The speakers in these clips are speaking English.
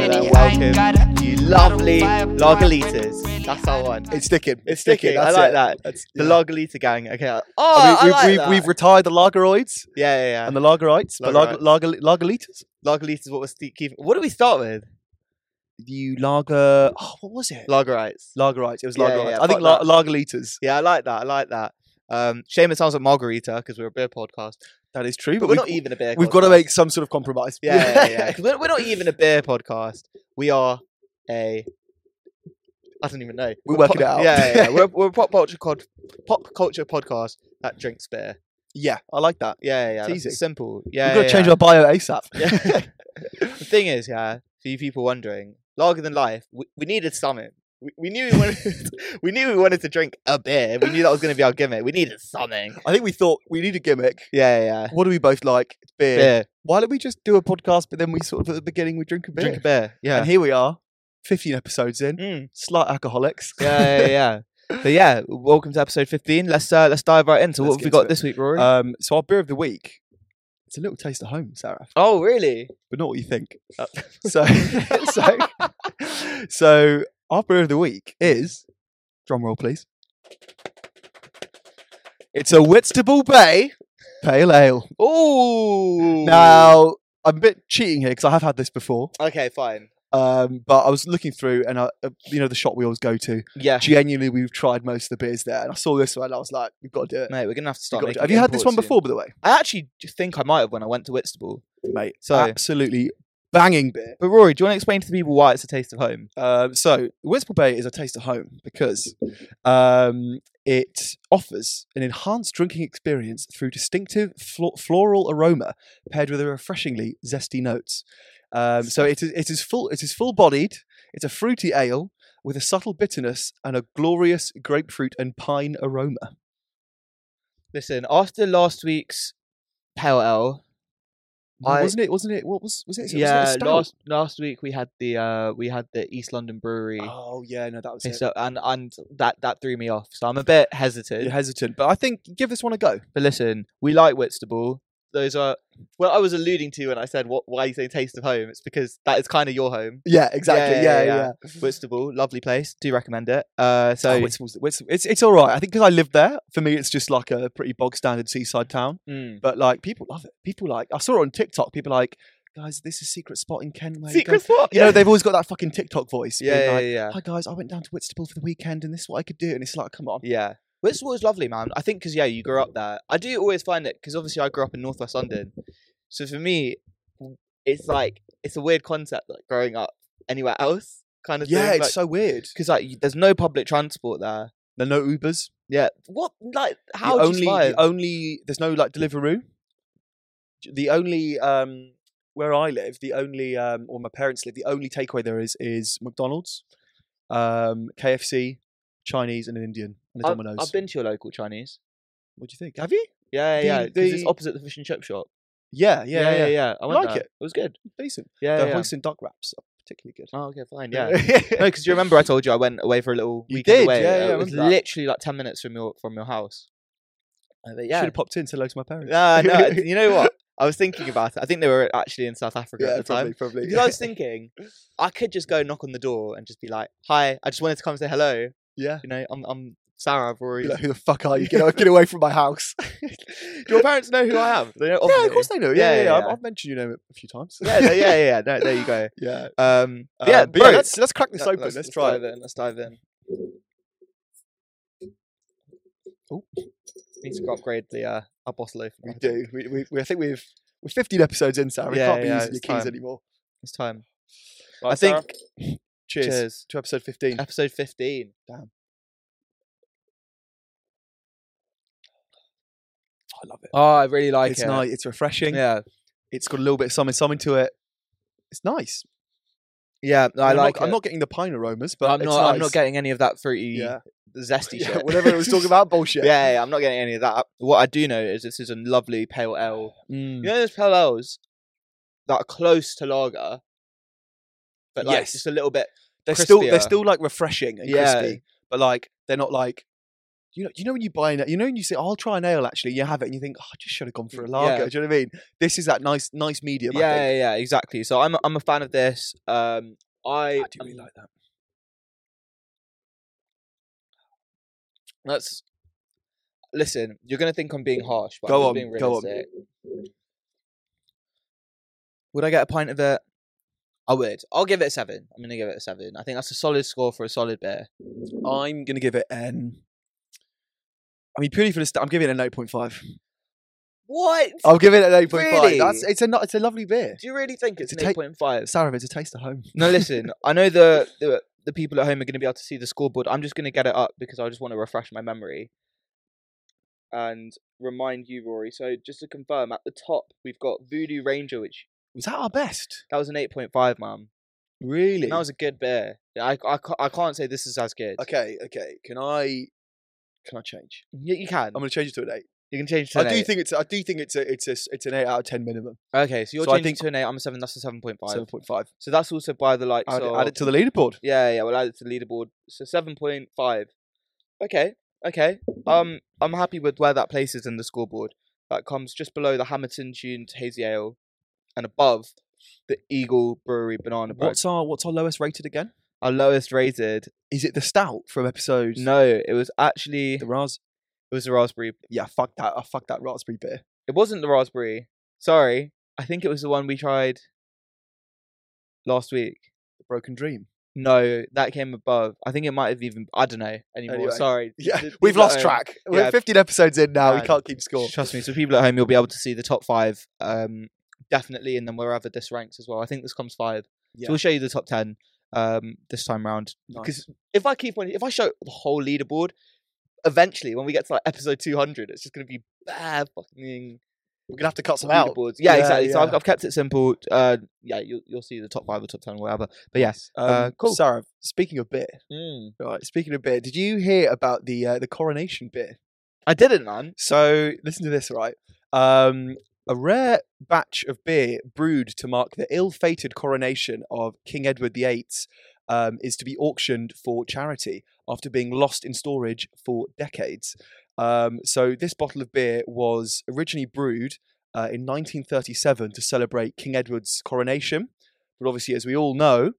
him. You lovely logalitas. That's our one. It's sticking. It's sticking. I That's like it. that. That's, The yeah. logalita gang. Okay. Oh, I mean, I we've, like we've, that. we've retired the Lagaroids yeah, yeah, yeah. and the Lagerites, but Lag- Lager, Lagalitas? Lagalitas, what was Steve Keith? What did we start with? You Lager. Oh, what was it? Lagerites. Lagerites. It was Yeah, Lagerites. yeah, I think la- fuck Lagalitas. Yeah, I like that. I like that. Um, shame it sounds like margarita because we're a beer podcast, That is true. but, e, But, we're we've, not even a beer. we've got to podcast. make some sort of compromise. Yeah, yeah, yeah. 'Cause we're, we're not even a beer podcast. We are a. I don't even know. We'll We're work it pop- out. Yeah, yeah, yeah. we're, we're a pop culture cod, pop culture podcast that drinks beer. Yeah, I like that. Yeah, yeah, yeah. It's that's easy. Simple. Yeah, we've got to yeah, change yeah. our bio ASAP. Yeah. the thing is, yeah, for you people wondering, Lager Than Life, we, we needed something. We, we knew we wanted, we knew we wanted to drink a beer. We knew that was going to be our gimmick. We needed something. I think we thought we need a gimmick. Yeah, yeah, What do we both like? It's yeah. beer. Beer, Why don't we just do a podcast, but then we sort of at the beginning we drink a beer. drink a beer. Yeah. And here we are, 15 episodes in, Mm. slight alcoholics. yeah, yeah, yeah. But yeah, welcome to episode fifteen. Let's uh, let's dive right in. So Let's what have get we got to it. this week, Rory? um, so our beer of the week, it's a little taste of home, Sarah, oh, really? but not what you think. Uh, so, so, so our beer of the week is, drum roll please. It's a Whitstable Bay Pale Ale. Oh, Now, I'm a bit cheating here because I have had this before, Okay, fine. um, but I was looking through and I, uh, you know, the shop we always go to. Yeah, Genuinely, we've tried most of the beers there, and I saw this one and I was like, we've got to do it. mate, we're gonna have to We've start. got to do it. making Have you had this one imports soon. before, by the way? I actually do think I might have when I went to Whitstable. mate. So- absolutely banging beer. But Rory, do you want to explain to the people why it's a taste of home? Um, so Whitstable Bay is a taste of home because um, it offers an enhanced drinking experience through distinctive flo- floral aroma paired with a refreshingly zesty notes. Um, so it is it is full it is full bodied. It's a fruity ale with a subtle bitterness and a glorious grapefruit and pine aroma. Listen, after last week's pale ale, I- wasn't it? Wasn't it? What was was it? was it a yeah, stout? last last week we had the uh we had the East London Brewery, Oh yeah, no, that was it. It's, uh, and and that that threw me off. So I'm a bit hesitant. You're hesitant, but I think give this one a go. But listen, we like Whitstable. Those are well, I was alluding to when I said what why you say taste of home. It's because that is kind of your home, Yeah, exactly. yeah, Yeah, yeah, yeah. yeah. Whitstable. Lovely place. Do recommend it. Uh, so So it's, it's, it's it's all right. I think because I live there, for me, it's just like a pretty bog standard seaside town. mm. But like people love it. People like I saw it on TikTok. People like guys, this is secret spot in Kent. where you go-" secret spot. You know, they've always got that fucking TikTok voice. being yeah, yeah, like, yeah, yeah. Hi guys, I went down to Whitstable for the weekend, and this is what I could do. And it's like, come on. Yeah. Whitstable is lovely, man. I think because, yeah, you grew up there. I do always find it because obviously I grew up in Northwest London. So for me, w- it's like, it's a weird concept, like growing up anywhere else kind of Yeah, thing. it's so weird. Because, like, y there's no public transport there. There are no Ubers. Yeah. What, like, how the do only you survive? the only there's no like Deliveroo. The only um where I live, the only um or my parents live, the only takeaway there is is McDonald's, um KFC, Chinese, and an Indian and a I've, Domino's. I've been to your local Chinese. What do you think? Have you? Yeah, yeah, yeah. The- 'cause it's the- opposite the fish and chip shop. Yeah, yeah, yeah. yeah. I, went like there. it. It was good. Decent. Yeah, the yeah. hoisin duck wraps are particularly good. Oh, okay, fine. Yeah. no, because you remember I told you I went away for a little You weekend did, away. yeah, uh, yeah, I it was remember that. literally like ten minutes from your from your house. Uh, but Should yeah, have popped in to hello to my parents. nah, no, you know what? I was thinking about it. I think they were actually in South Africa at the time. probably, probably. Because I was thinking, I could just go knock on the door and just be like, "Hi, I just wanted to come say hello." yeah. You know, I'm I'm Sarah. I've already. Be like, who the fuck are you? Get, away- get away from my house. Do your parents know who I am? They know. yeah, of obviously. course they know. Yeah, Yeah, yeah, yeah. yeah, I've, yeah. I've mentioned your name a few times. Yeah, no, yeah, yeah, yeah. No, there you go. yeah. Um, but yeah, yeah, but bro, yeah, let's let's crack this let- open. Let's, try dive it. in. Let's dive in. Oh. Need to upgrade the uh, our bottle opener. We do. We, we, we I think we've we're 15 episodes in, Sarah. We Yeah, can't be yeah, using your it's keys time. anymore. It's time. Right, I think. Cheers, Cheers. to episode 15. Episode 15. I love it. Oh, I really like it's nice. It's refreshing. Yeah. It's got a little bit of something, something to it. It's nice. Yeah, no, I I'm like Not, I'm it. not getting the pine aromas, But but I'm it's not, I'm not nice. getting any of that fruity, yeah, zesty yeah shit. whatever it was talking about, bullshit. yeah, yeah, I'm not getting any of that. What I do know is this is a lovely pale ale. Mm. You know those pale ales that are close to lager, but like Yes. just a little bit. they're still they're crispier. still like refreshing and Yeah. crispy, but like they're not like. You know, you know when you buy an, you know when you say, "Oh, "I'll try an ale." Actually, you have it, and you think, oh, "I just should have gone for a Yeah. lager." Do you know what I mean? This is that nice, nice medium. I Yeah, think. yeah, yeah, exactly. So I'm a, I'm a fan of this. Um, I, I do really am- like that. That's listen. You're gonna think I'm being harsh, but Go I'm just on, being go on. realistic. Would I get a pint of it? I would. I'll give it a seven. I'm gonna give it a seven. I think that's a solid score for a solid beer. I'm gonna give it an. I mean, purely for the st- I'm giving it an eight point five. What? I'll give it an eight point five. That's Really? it's a no- it's a lovely beer. Do you really think it's It's an a ta- eight point five? Saravit's a taste of home. No, listen. I know the, the the people at home are gonna be able to see the scoreboard. I'm just gonna get it up because I just want to refresh my memory and remind you, Rory. So just to confirm, at the top we've got Voodoo Ranger, which Was that our best? that was an eight point five, man. Really? That was a good beer. Yeah, I, I, ca- I can't say this is as good. okay. Okay. Can I? Can I change? You, you can. I'm gonna change it to an eight. you can change it to I an do eight. think it's. I do think it's a. It's a. It's an eight out of ten minimum. okay, so you're so I changing think- to an eight. I'm a seven. That's a seven point five. Seven point five. So that's also by the likes Add, of. add it to the leaderboard. yeah, yeah. We'll add it to the leaderboard. So seven point five. Okay, okay. Um, I'm happy with where that places in the scoreboard. That comes just below the Hamilton tuned hazy ale, and above the Eagle Brewery banana bread. What's our What's our lowest rated again? Our lowest rated. Is it the stout from episode? No, it was actually The Ras. it was the raspberry Yeah. Fuck that. I fuck that raspberry beer. It wasn't the raspberry. Sorry. I think it was the one we tried last week. The Broken Dream. No, that came above. I think it might have even I don't know anymore. Anyway, Sorry. Yeah, The we've people at lost home- track. We're yeah. 15 episodes in now. We Yeah. can't keep score. Trust me, so people at home you'll be able to see the top five. Um definitely and then wherever this ranks as well. I think this comes five. Yeah. So we'll show you the top ten um this time round. Because if I keep on if I show the whole leaderboard, eventually when we get to like episode two hundred, it's just gonna be bad fucking we're gonna have to cut some out. leaderboards. Yeah, Yeah, exactly. So I've, yeah. I've kept it simple. Uh, yeah, you'll, you'll see the top five or top ten, or whatever. But yes, Um, uh, cool. Sarah, speaking of beer, right? Speaking of beer, did you hear about the uh, the coronation beer? I didn't, man. So listen to this, right? Um, a rare batch of beer brewed to mark the ill-fated coronation of King Edward VIII um, is to be auctioned for charity after being lost in storage for decades. Um, so this bottle of beer was originally brewed uh, in 1937 to celebrate King Edward's coronation, but obviously, as we all know,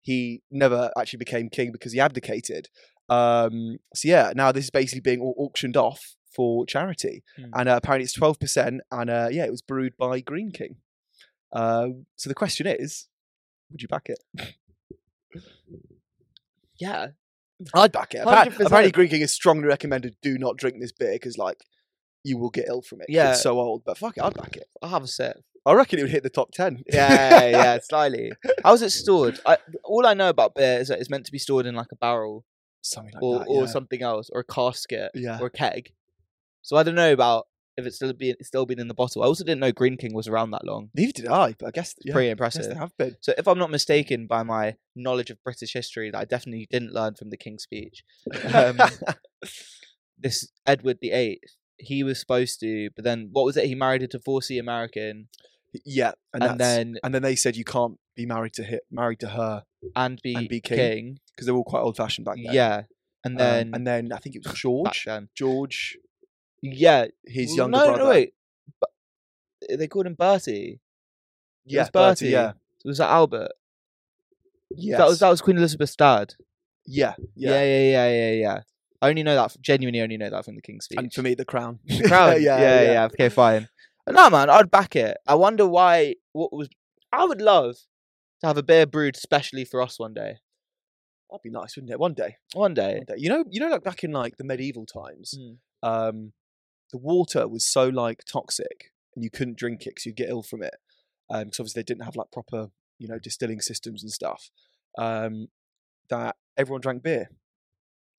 he never actually became king because he abdicated. Um, so yeah, now this is basically being au- auctioned off for charity, Hmm. and uh, apparently it's twelve percent. And uh, yeah, it was brewed by Green King. Um, so the question is, would you back it? Yeah, I'd back it. Appa- 100%. Apparently, Green King is strongly recommended. Do not drink this beer because like you will get ill from it. 'cause Yeah. it's so old. But fuck it, I'd back it. I'll have a sip. I reckon it would hit the top ten. Yeah, yeah, slightly. How is it stored? I, all I know about beer is that it's meant to be stored in like a barrel something like or, that. or yeah. something else, or a casket, Yeah. or a keg. So I don't know about if it's still being it's still been in the bottle. I also didn't know Green King was around that long. Neither did I, but I guess yeah, Pretty I guess impressive. they have been. So if I'm not mistaken by my knowledge of British history that I definitely didn't learn from the King's Speech, um, this Edward the Eighth, he was supposed to, but then what was it? He married a divorcee American, yeah, and, and, that's- then and then they said you can't be married to hit married to her and be, be king king. because they were all quite old fashioned back then. Yeah, and Um, then and then I think it was back George. then. George, yeah, his well, younger no, brother. No, wait, but eh, they called him Bertie. It yeah, was Bertie. Yeah, Was that Albert? yes. That was that was Queen Elizabeth's dad. Yeah, yeah. Yeah, yeah, yeah, yeah, yeah. I only know that. f- Genuinely, only know that from the King's Speech. And for me, the crown. The Crown. yeah, yeah, yeah, Okay, fine. But no, man, I'd back it. I wonder why. What was? I would love to have a beer brewed specially for us one day. That'd be nice, wouldn't it? One day, One day. one day. You know, you know, like back in like the medieval times, Mm. um, the water was so like toxic, and you couldn't drink it because you'd get ill from it. Um, 'cause obviously they didn't have like proper, you know, distilling systems and stuff. Um, that everyone drank beer.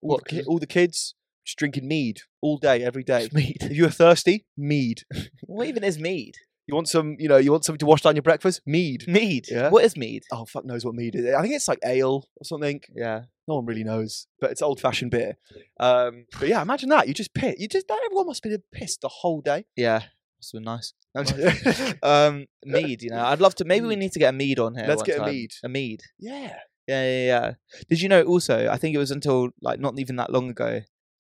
All, What, the, ki- 'cause- all the kids just drinking mead all day, every day. Mead. If you were thirsty, mead. What even is mead? You want some, you know, you want something to wash down your breakfast? Mead. Mead. Yeah. What is mead? Oh, fuck knows what mead is. I think it's like ale or something. Yeah. No one really knows, but it's old fashioned beer. Um, but yeah, imagine that. You just piss. You just that everyone must have been pissed the whole day. Yeah. That's been nice. I'm just- Right. um, mead. You know, I'd love to. Maybe we need to get a mead on here. Let's one get a time. mead. A mead. yeah. Yeah, yeah, yeah. Did you know also? I think it was until like not even that long ago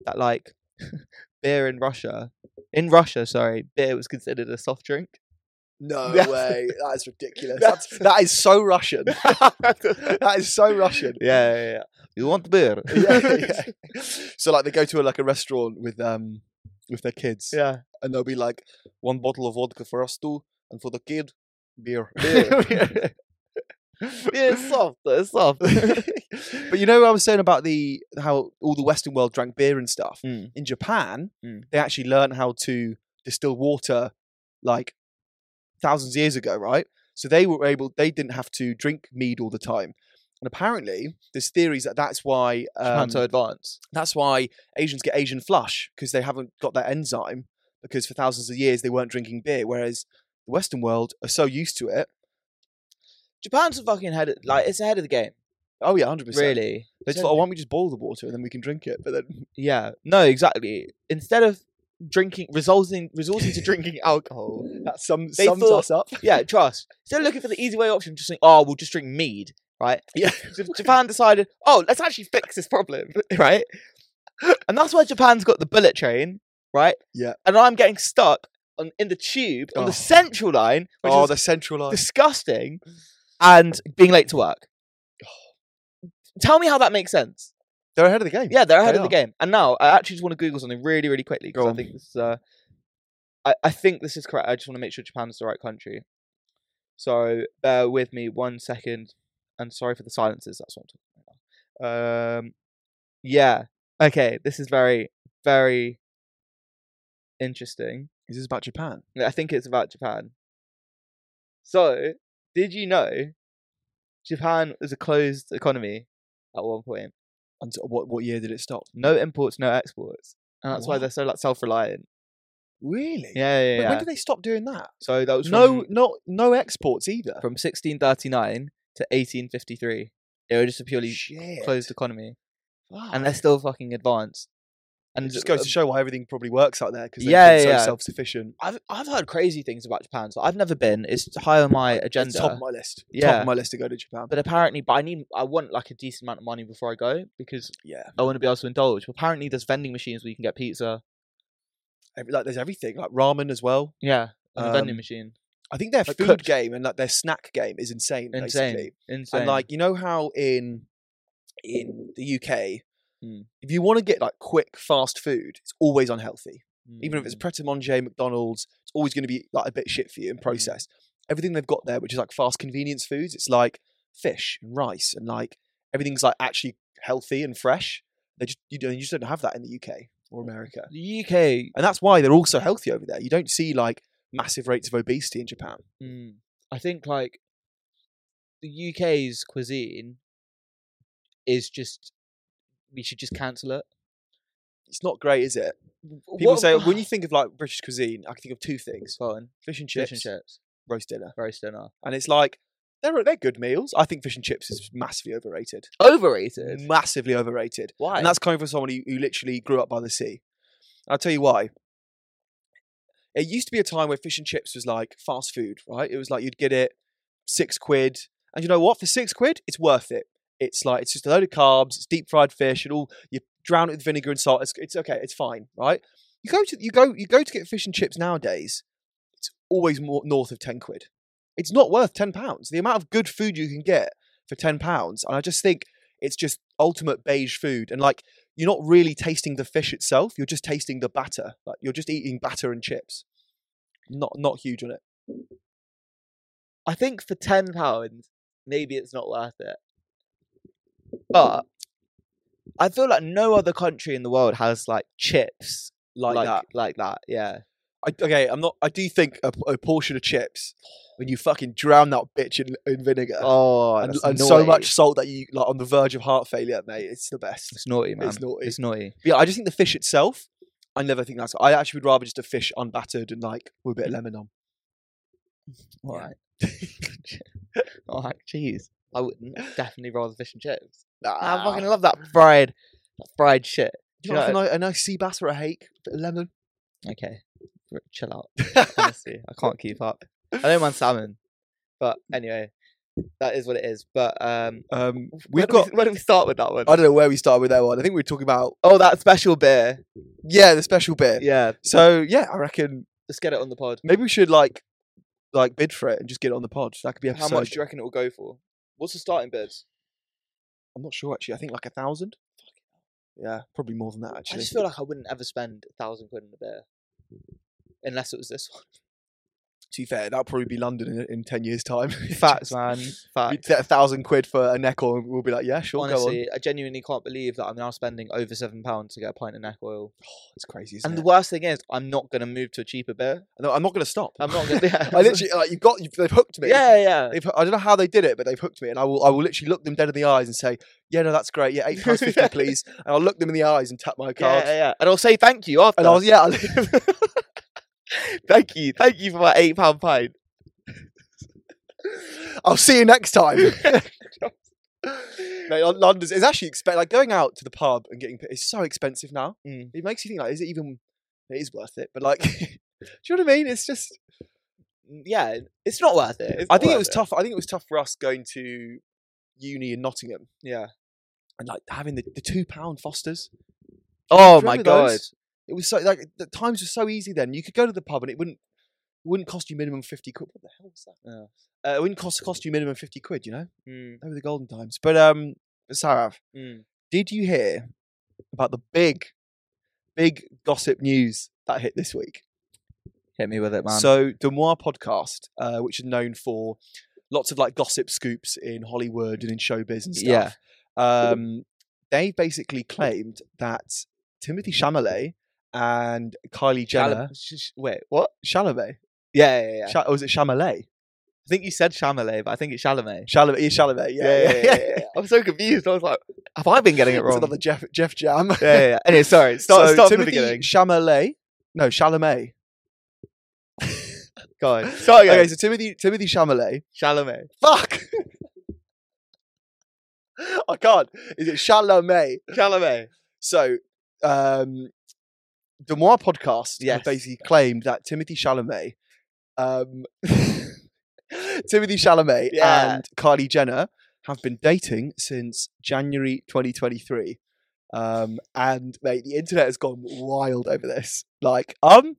that like beer in Russia, in Russia, sorry, beer was considered a soft drink. No Yeah. way. That is ridiculous. That's- That's, that is so Russian. yeah, That is so Russian. yeah, yeah. You want beer? yeah, yeah. So like they go to a, like a restaurant with um with their kids, yeah. and they'll be like one bottle of vodka for us two, and for the kid, beer. Beer. Yeah, it's soft. It's soft. but you know what I was saying about the how all the Western world drank beer and stuff. Mm. In Japan, Mm. they actually learned how to distill water like thousands of years ago, right? So they were able they didn't have to drink mead all the time. And apparently, there's theories that that's why um, Japan so advanced. that's why Asians get Asian flush because they haven't got that enzyme because for thousands of years they weren't drinking beer, whereas the Western world are so used to it. Japan's fucking head. Like it's ahead of the game. Oh yeah, hundred percent. Really. They just thought, oh, why don't we just boil the water and then we can drink it? But then Yeah. No, exactly. Instead of drinking, resorting, resorting to drinking alcohol. that Hmm. sum, They sums thought- us up. Yeah, trust. Instead of looking for the easy way option, just think, oh, we'll just drink mead, right? Yeah. So Japan decided, oh, let's actually fix this problem, right? And that's why Japan's got the bullet train, right? Yeah. And I'm getting stuck on in the tube on Oh. the central line, which oh, is the centralized. disgusting, and being late to work. Oh. Tell me how that makes sense. They're ahead of the game. Yeah, they're ahead They of the game. And now I actually just want to Google something really, really quickly because Go I on. think this. Uh, I, I think this is correct. I just want to make sure Japan's the right country. So bear with me one second, and sorry for the silences. That's what I'm talking about. Um, yeah. Okay. This is very, very interesting. Is this about Japan? I think it's about Japan. So, did you know Japan was a closed economy at one point? And so what what year did it stop? no imports, no exports, and that's why What? they're so like self-reliant. Really? Yeah, yeah, Wait, yeah. When did they stop doing that? so that was from, No, not no exports either. from 1639 to 1853. They were just a purely Shit. closed economy, and Wow. they're still fucking advanced. And It just goes uh, to show why everything probably works out there because they're Yeah, so yeah. self-sufficient. I've I've heard crazy things about Japan. So I've never been. It's high on my It's top agenda. of my list. Top Yeah. of my list to go to Japan. But apparently, but I need I want like a decent amount of money before I go because yeah, I want to be able to indulge. But apparently, there's vending machines where you can get pizza. every, like there's everything like ramen as well. Yeah, and a vending Um, machine. I think their Like food cooked- game and like their snack game is insane. Insane, Basically. insane. And like you know how in in the UK, Mm. if you want to get like quick fast food, it's always unhealthy. Even if it's Mm. Pret a Manger, McDonald's, it's always going to be like a bit shit for you and processed. Everything they've got there, which is like fast convenience foods, it's like fish and rice and like everything's like actually healthy and fresh. They just you, don't, you just don't have that in the UK or America. the UK, and that's why they're all so healthy over there. You don't see like massive rates of obesity in Japan. Mm. I think like the UK's cuisine is just we should just cancel it. It's not great, is it? People People say when you think of like British cuisine, I can think of two things: fish and chips, fish and chips, roast dinner, roast dinner, and it's like they're they're good meals. I think fish and chips is massively overrated, overrated. massively overrated, Why? and that's coming from somebody who literally grew up by the sea. I'll tell you why. It used to be a time where fish and chips was like fast food, right? It was like you'd get it six quid, and you know what? For six quid, it's worth it. It's like it's just a load of carbs, it's deep fried fish, and all you drown it with vinegar and salt. It's, it's okay, it's fine, right? You go to you go you go to get fish and chips nowadays. It's always more north of ten quid. It's not worth ten pounds. The amount of good food you can get for ten pounds, and I just think it's just ultimate beige food. And like you're not really tasting the fish itself; you're just tasting the batter. Like you're just eating batter and chips. Not not huge on it. I think for ten pounds, maybe it's not worth it. But I feel like no other country in the world has like chips Like, that. like that. Yeah, I, okay, I'm not. I do think a, a portion of chips when you fucking drown that bitch in, in vinegar oh, and, that's and so naughty. much salt that you like on the verge of heart failure, mate. It's the best. It's naughty, man. It's naughty. It's naughty. But yeah, I just think the fish itself. I never think that's. I actually would rather just a fish unbattered and like with a bit of lemon on. All right. All right, jeez. I would n- definitely rather fish and chips. I fucking love that fried, that fried shit. Ah, Do you know, do you like a, ni- a nice sea bass or a hake, bit of lemon. Okay, r- chill out. Honestly, I can't keep up. I don't mind salmon, but anyway, that is what it is. But um, Um, where we've do we- got. Where do we start with that one? I don't know where we started with that one. I think we were talking about Oh, that special beer. yeah the special beer. Yeah, So yeah, I reckon let's get it on the pod. maybe we should like like bid for it and just get it on the pod. That could be How episode. much do you reckon it will go for? What's the starting bids? I'm not sure actually. I think like a thousand. Yeah, probably more than that I actually. just feel like I wouldn't ever spend a thousand quid on a beer, unless it was this one. to be fair, that'll probably be London in, in ten years' time. Facts, Just- man. We'd Facts. set a thousand quid for a neck oil, and we'll be like, yeah, sure, go on. Honestly, I genuinely can't believe that I'm now spending over seven pounds to get a pint of neck oil. It's crazy. Isn't And the it? worst thing is, I'm not going to move to a cheaper beer. No, I'm not going to stop. I'm not going to. Yeah. I literally like you've got you've, they've hooked me. Yeah, yeah. They've, I don't know how they did it, but they've hooked me, and I will I will literally look them dead in the eyes and say, yeah, no, that's great. Yeah, eight pounds fifty, Yeah. please. And I'll look them in the eyes and tap my Yeah, card. yeah, yeah. And I'll say thank you after. And I was yeah, I'll, thank you, thank you for my eight pound pint. I'll see you next time. Mate, Lon- London's it's actually expensive. Like going out to the pub and getting it's so expensive now. Mm. It makes you think like, is it even? It is worth it, but like, do you know what I mean? It's just Yeah, it's not worth it. It's I not think it worth was tough. I think it was tough for us going to uni in Nottingham Yeah. and like having the, the two pound Fosters. Oh Do you my remember god. those? It was so like the times were so easy then. You could go to the pub and it wouldn't wouldn't cost you minimum fifty quid. What the hell was that? Uh, it wouldn't cost cost you minimum fifty quid. You know, Mm, they were the golden times. But um, Sarav, mm. did you hear about the big, big gossip news that hit this week? Hit me with it, So the Noir podcast, uh, which is known for lots of like gossip scoops in Hollywood and in showbiz and Yeah. stuff. Um, they basically claimed that Timothy Chalamet and Kylie Jenner. Jala- sh- sh- wait, what? Chalamet. Yeah, yeah, yeah. Cha- or is it Chalamet? I think you said Chalamet, but I think it's Chalamet. Chalamet. Yeah, Chalamet. Yeah, yeah, yeah. I'm so confused. I was like, have I been getting it It's wrong? another Jeff Jeff Jam. yeah, yeah, yeah. Anyway, sorry. Start, so start from the Timothy beginning. Chalamet. No, Chalamet. Go on. Start again. Okay, so Timothy Timothy Chalamet. Chalamet. Fuck. I can't. Is it Chalamet? Chalamet. So, um, the Moir podcast have Yes. basically claimed that Timothy Chalamet, um, Timothy Chalamet Yeah. and Kylie Jenner have been dating since January 2023. Um, and mate, the internet has gone wild over this. Like, um,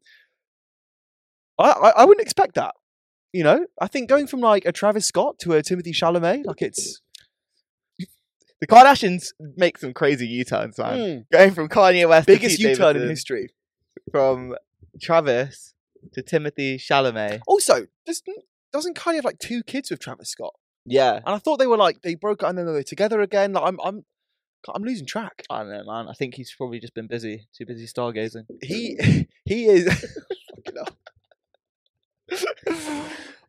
I, I, I wouldn't expect that. You know, I think going from like a Travis Scott to a Timothy Chalamet, like it's The Kardashians make some crazy U-turns, man. mm, Going from Kanye West biggest to Pete U-turn in Davidson, history. from Travis to Timothy Chalamet. Also, doesn't doesn't Kylie have like two kids with Travis Scott? Yeah. And I thought they were like they broke up and then they were together again. Like I'm I'm I'm losing track. I don't know, man. I think he's probably just been busy, too busy stargazing. He he is. Fucking hell.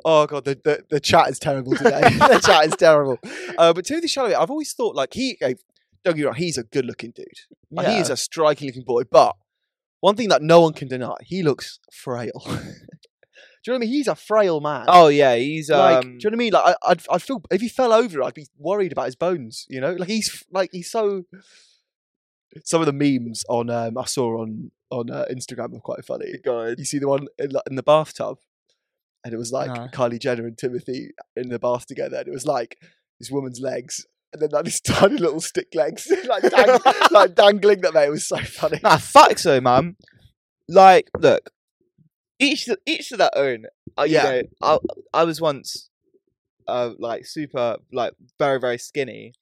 oh god, the, the the chat is terrible today. the chat is terrible. Uh, but Timothy Chalamet, I've always thought like he. eh, Don't get me wrong, he's a good looking dude. Like, He is a striking looking boy, but one thing that no one can deny, he looks frail. Do you know what I mean? He's a frail man. oh yeah, he's um, like, do you know what I mean? Like, I, I'd, I'd feel if he fell over, I'd be worried about his bones. You know, like he's f- like he's so. Some of the memes on um, I saw on on uh, Instagram were quite funny. You see the one in, like, in the bathtub, and it was like No. Kylie Jenner and Timothy in the bath together, and it was like this woman's legs, and then like these tiny little stick legs, like, dang, like dangling. That mate it was so funny. Nah, fuck so, man. Like, look, each to, each to their own. Uh, you Yeah. know, I I was once, uh, like super, like very very skinny,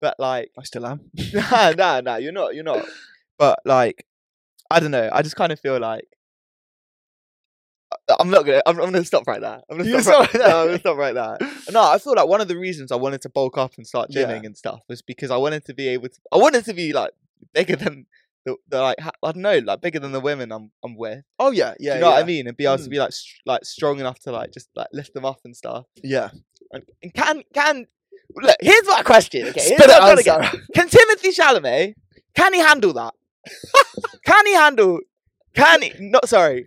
but like, I still am. nah, nah, nah. You're not, you're not. But like, I don't know. I just kind of feel like. I- I'm not gonna. I'm, I'm gonna stop right there. I'm gonna You're stop right, sorry. no, I'm gonna stop right there. No, I feel like one of the reasons I wanted to bulk up and start Yeah. gymming and stuff was because I wanted to be able to. I wanted to be like bigger than the, the like. ha- I don't know, like bigger than the women I'm I'm with. Oh yeah, Do yeah. you know yeah. what I mean? And be able to Mm. be like str- like strong enough to like just like lift them up and stuff. Yeah. And, and can can look. Here's my question. Okay, here's Spit it what I've got out, to get. Can Sarah. Timothy Chalamet? Can he handle that? can he handle? Can he? Not sorry.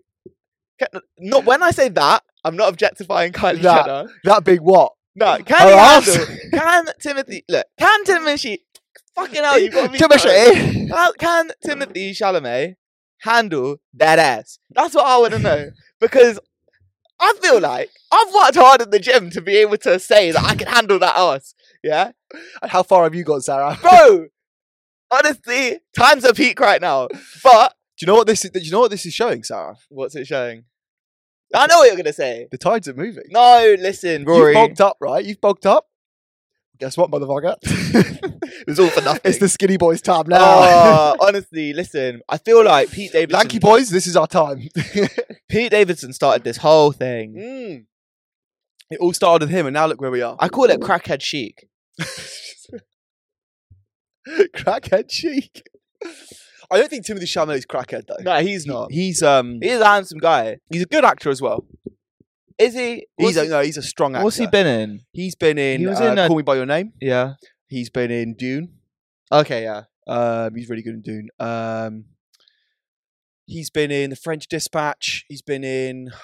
Can, not when I say that, I'm not objectifying Kylie That. Jenner. That big what? No, can Her he ass? handle? Can Timothy? Look, can Timothy? Fucking hell, you got me. going. Timothy. How can Timothy Chalamet handle that ass? That's what I want to know because I feel like I've worked hard in the gym to be able to say that I can handle that ass. Yeah, And How far have you got, Sarah? bro. Honestly, times are peak right now. But Do you know what this is? Do you know what this is showing, Sarah? what's it showing? I know what you're gonna say. The tides are moving. No, listen, Rory. You've bogged up, right? You've bogged up. Guess what, motherfucker? it was all for nothing. it's the skinny boys' time now. Ah, honestly, listen. I feel like Pete Davidson. Lanky boys, this is our time. Pete Davidson started this whole thing. Mm. Hmm. It all started with him, and now look where we are. I call it crackhead chic. crackhead cheek. I don't think Timothy Chalamet is crackhead though. No, he's not. He's um He's a handsome guy. he's a good actor as well. Is he? He's What's a, he- no, he's a strong actor. what's he been in? He's been in, He was uh, in, uh, Call Me by Your Name. Yeah. He's been in Dune. Okay. Yeah. Um, he's really good in Dune. Um, he's been in The French Dispatch. He's been in.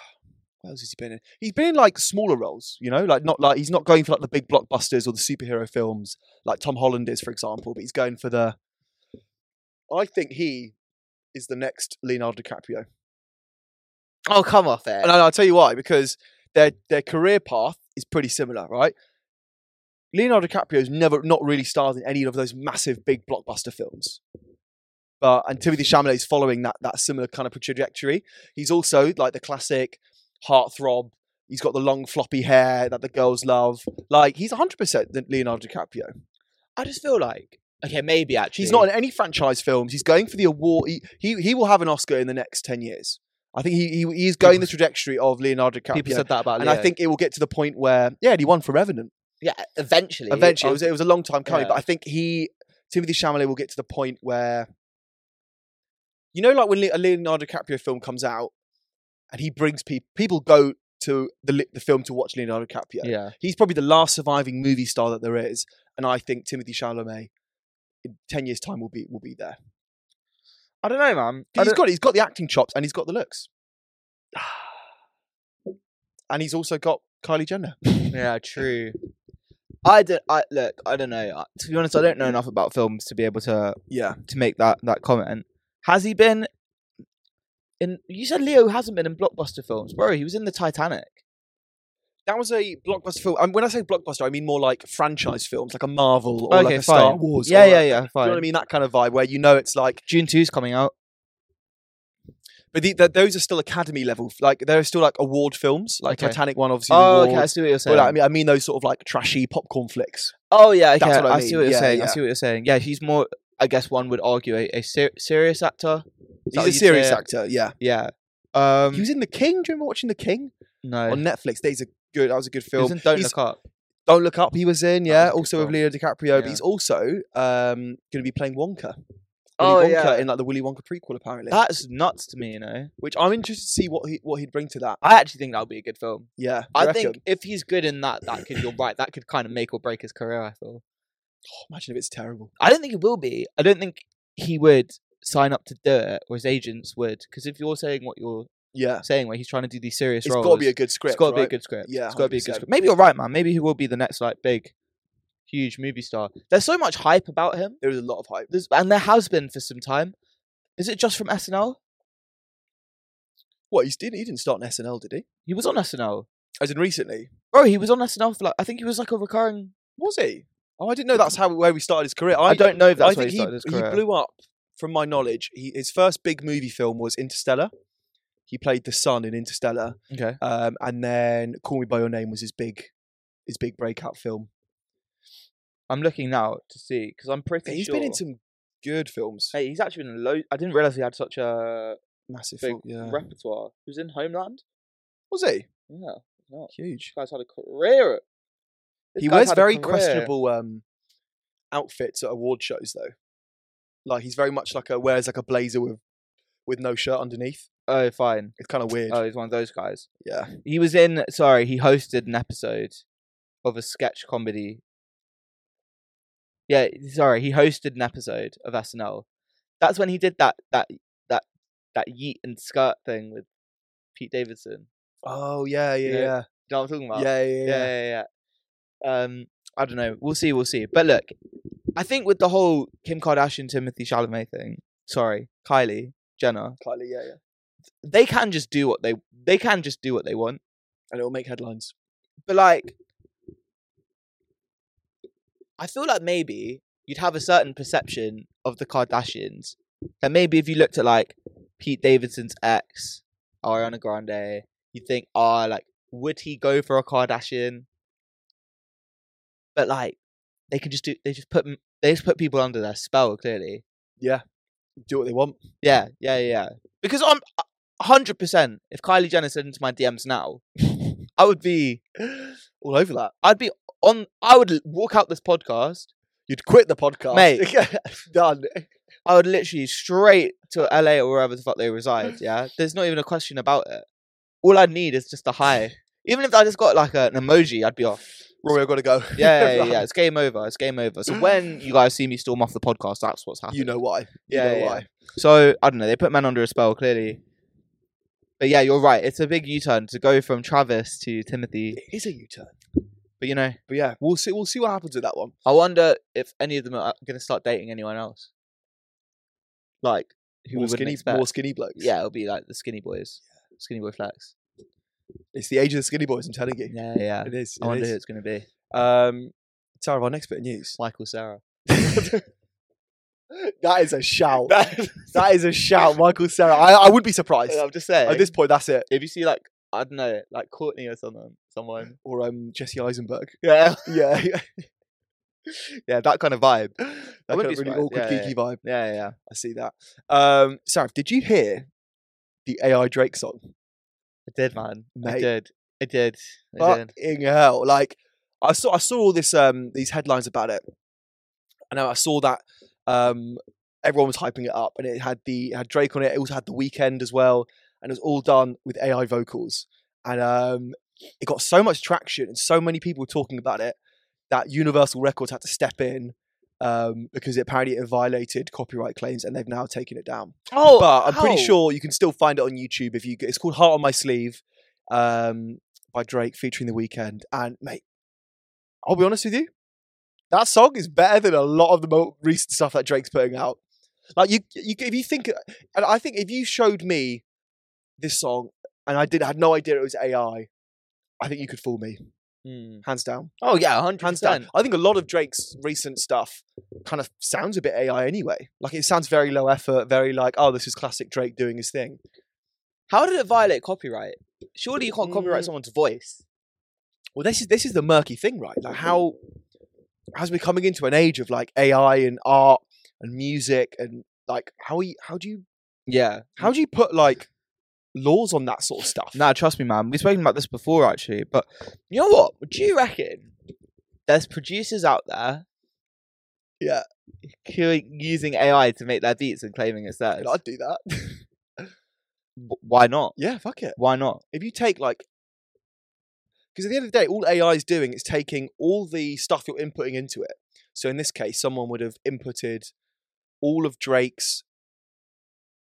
What else has he been in? He's been in like smaller roles, you know, like not like he's not going for like the big blockbusters or the superhero films like Tom Holland is, for example. But he's going for the. I think he is the next Leonardo DiCaprio. Oh, come off it. And I- I'll tell you why, because their their career path is pretty similar, right? Leonardo DiCaprio's never not really starred in any of those massive big blockbuster films. But and Timothy Chalamet's following that that similar kind of trajectory. He's also like the classic heartthrob. He's got the long floppy hair that the girls love. Like he's 100% the Leonardo DiCaprio. I just feel like okay, maybe actually He's not in any franchise films. He's going for the award. He he, he will have an Oscar in the next 10 years. I think he, he, he is going the trajectory of Leonardo DiCaprio. People said that about. And I Leo. think it will get to the point where, yeah, and he won for Revenant. yeah, eventually. Eventually, it I'll- was, it was a long time coming, oh, yeah. but I think he, Timothy Chalamet, will get to the point where, you know, like when Le- a Leonardo DiCaprio film comes out, and he brings people, people go to the li- the film to watch Leonardo DiCaprio. yeah. He's probably the last surviving movie star that there is, and I think Timothy Chalamet, in ten years' time, will be will be there. I don't know, man. 'Cause He's got he's got the acting chops and he's got the looks, and he's also got Kylie Jenner. Yeah, true. I don't. I look. I don't know. I- To be honest, I don't know enough about films to be able to Yeah, to make that that comment. Has he been in? You said Leo hasn't been in blockbuster films, bro. He was in the Titanic. That was a blockbuster film. And when I say blockbuster, I mean more like franchise films, like a Marvel or like Okay, a Star fine. Wars. yeah, or yeah, a- yeah. Do you Fine. know what I mean? That kind of vibe where you know it's like, June two's coming out. but the, the, those are still Academy level. Like there are still like award films, like Okay. Titanic one, obviously. Oh, the okay. I awards. see what you're But saying. like, I mean, I mean those sort of like trashy popcorn flicks. oh, yeah. Okay. that's I, what I see mean. what you're Yeah, saying. yeah. I see what you're saying. Yeah, he's more. I guess one would argue a, a ser- serious actor. Is that He's what a you'd serious say? actor, yeah. Yeah. Um. he was in The King. Do you remember watching The King no. on Netflix? That is a good. That was a good he was in film. Don't He's- Look Up. Don't Look Up. He was in, That yeah. was a good also with film. Leo DiCaprio, but Yeah. he's also um, going to be playing Wonka. Willy Oh, Wonka yeah. in like the Willy Wonka prequel, apparently. That's nuts to me. You know. which I'm interested to see what he what he'd bring to that. I actually think that would be a good film. Yeah, I you think reckon? if he's good in that, that could. You're right. That could kind of make or break his career. I feel. Oh, imagine if it's terrible. I don't think it will be. I don't think he would sign up to do it, or his agents would. Because if you're saying what you're Yeah, saying, where he's trying to do these serious it's roles, got to be a good script. it's got to be a right? good script. Yeah, it's got to be a good 100%. script. Maybe you're right, man. Maybe he will be the next like big, huge movie star. There's so much hype about him, There is a lot of hype. There's, and there has been for some time. Is it just from SNL? What he didn't he didn't start an SNL, did he? He was on SNL, As in recently, bro. He was on SNL for like I think he was like a recurring. was he? Oh, I didn't know that's how where we started his career. I, I, don't know if that's I where think he he, started his he career. blew up. From my knowledge, he, his first big movie film was Interstellar. He played the son in Interstellar, okay. um, and then Call Me by Your Name was his big his big breakout film. I'm looking now to see because I'm pretty He's sure been in some good films. Hey, he's actually been in loads. I didn't realize he had such a Massive, big film, yeah. repertoire. He was in Homeland. Was he Yeah, no. huge? This guy's had a career. This he guy's wears had a very career. questionable um, outfits at award shows, though. Like he's very much like a wears like a blazer with with no shirt underneath. Oh, fine. It's kind of weird. Oh, he's one of those guys. yeah, He was in. Sorry, he hosted an episode of a sketch comedy. Yeah, sorry, he hosted an episode of SNL. That's when he did that that that that yeet and skirt thing with Pete Davidson. Oh yeah, yeah, Yeah. Do yeah, you know what I'm talking about? yeah, yeah. yeah, yeah, yeah, yeah. Um, I don't know. We'll see. We'll see. But look, I think with the whole Kim Kardashian, Timothy Chalamet thing. Sorry, Kylie Jenner. Kylie, yeah, yeah. They can just do what they they can just do what they want. And it'll make headlines. But like, I feel like maybe you'd have a certain perception of the Kardashians that maybe if you looked at like Pete Davidson's ex, Ariana Grande, you think, ah, like, would he go for a Kardashian? But like, they can just do. They just put. m- They just put people under their spell. Clearly, Do what they want. yeah, yeah, yeah. Because I'm uh, hundred percent. If Kylie Jenner slid into my DMs now, I would be All over that. I'd be on. I would l- walk out this podcast. You'd quit the podcast. Mate. Done. I would literally straight to LA or wherever the fuck they reside. Yeah, there's not even a question about it. All I'd need is just a hi. Even if I just got like a, an emoji, I'd be off. Rory, I've got to go. Yeah, yeah, yeah, yeah. It's game over. It's game over. So when you guys see me storm off the podcast, that's what's happening. You know why. You Yeah, know yeah. why. So I don't know. They put men under a spell clearly. But yeah, you're right. It's a big U-turn to go from Travis to Timothy. It is a U turn. But you know, But yeah, we'll see we'll see what happens with that one. I wonder if any of them are going to start dating anyone else. Like who more we wouldn't skinny expect. more skinny blokes. Yeah, it'll be like the skinny boys, skinny boy flex. It's the age of the skinny boys, I'm telling you. Yeah, yeah. It is. I it wonder is. who it's going to be. Um Tara, our next bit of news. Michael Sarah. That is a shout. that is a shout, Michael Sarah. I, I would be surprised. I'm just saying. At this point, that's it. if you see like I don't know, like Courtney or someone, someone. Or um, Jesse Eisenberg. Yeah, Yeah, yeah, that kind of vibe. Yeah, that kind wouldn't of be surprised. really awkward, Yeah, geeky vibe. yeah, yeah. I see that. Um, Sarah, did you hear the AI Drake song? I did, man. I Mate. did. I did. I did. Fucking hell! Like I saw, I saw all this, um, these headlines about it, and I saw that um, everyone was hyping it up, and it had the it had Drake on it. It also had the weekend as well, and it was all done with AI vocals, and um, it got so much traction and so many people were talking about it that Universal Records had to step in. Um, because apparently it violated copyright claims and they've now taken it down Oh, but I'm pretty how? sure you can still find it on YouTube if you. go- It's called "Heart on My Sleeve" um, by Drake featuring The Weeknd. And mate, I'll be honest with you, that song is better than a lot of the mo- recent stuff that Drake's putting out. Like you, you if you think, and I think if you showed me this song and I did had no idea it was AI, I think you could fool me Hmm. hands down. Oh yeah, hundred Hands down. percent. I think a lot of Drake's recent stuff kind of sounds a bit AI anyway. Like it sounds very low effort, very like, oh, this is classic Drake doing his thing. How did it violate copyright? Surely you can't copyright Mm. someone's voice. Well, this is this is the murky thing, right? Like how as we're coming into an age of like AI and art and music and like how you, how do you Yeah. how do you put like laws on that sort of stuff? Nah, trust me, man. We've spoken about this before, actually. But you know what? Do you reckon there's producers out there? Yeah. Who are using AI to make their beats and claiming it's theirs? And I'd do that. W- Why not? yeah, fuck it. Why not? If you take like because at the end of the day, all AI is doing is taking all the stuff you're inputting into it. So in this case, someone would have inputted all of Drake's.